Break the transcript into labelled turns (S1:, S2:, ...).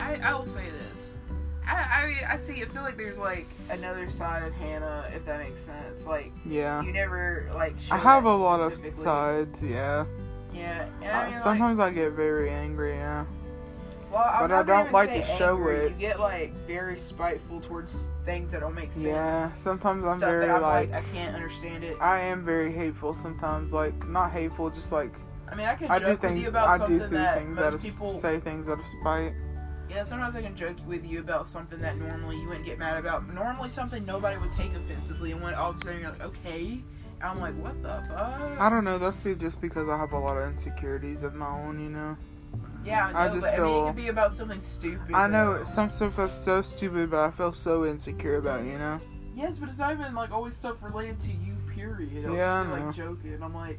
S1: I will say this. I, I mean, I see. I feel like there's like another side of Hannah, if that makes sense. Like
S2: Yeah.
S1: you never like. show
S2: I have
S1: that
S2: a lot of
S1: specifically.
S2: sides, yeah.
S1: Yeah, and I mean,
S2: Uh,
S1: like,
S2: sometimes I get very angry, yeah.
S1: well, I'm
S2: but I
S1: not
S2: don't
S1: even
S2: like
S1: say
S2: to show
S1: angry.
S2: it.
S1: You get like very spiteful towards things that don't make sense.
S2: Yeah. Sometimes I'm
S1: Stuff
S2: very
S1: that I'm
S2: like,
S1: like, I can't understand it.
S2: I am very hateful sometimes. Like not hateful, just like
S1: I mean, I can
S2: I do
S1: joke with
S2: things.
S1: you about
S2: I do
S1: something
S2: do
S1: that
S2: things
S1: most
S2: out of
S1: people.
S2: say things out of spite.
S1: Yeah, sometimes I can joke with you about something that normally you wouldn't get mad about. Normally, something nobody would take offensively, and when all of a sudden you're like, okay, and I'm like, what the fuck?
S2: I don't know. That's be- just because I have a lot of insecurities of my own, you know.
S1: Yeah, I,
S2: I
S1: know,
S2: just
S1: but, I mean,
S2: feel-
S1: it could be about something stupid.
S2: I know
S1: though.
S2: some stuff that's so stupid, but I feel so insecure about, it, you know.
S1: Yes, but it's not even like always stuff related to you. Period.
S2: Yeah, I
S1: I'm
S2: know.
S1: like joking. I'm like,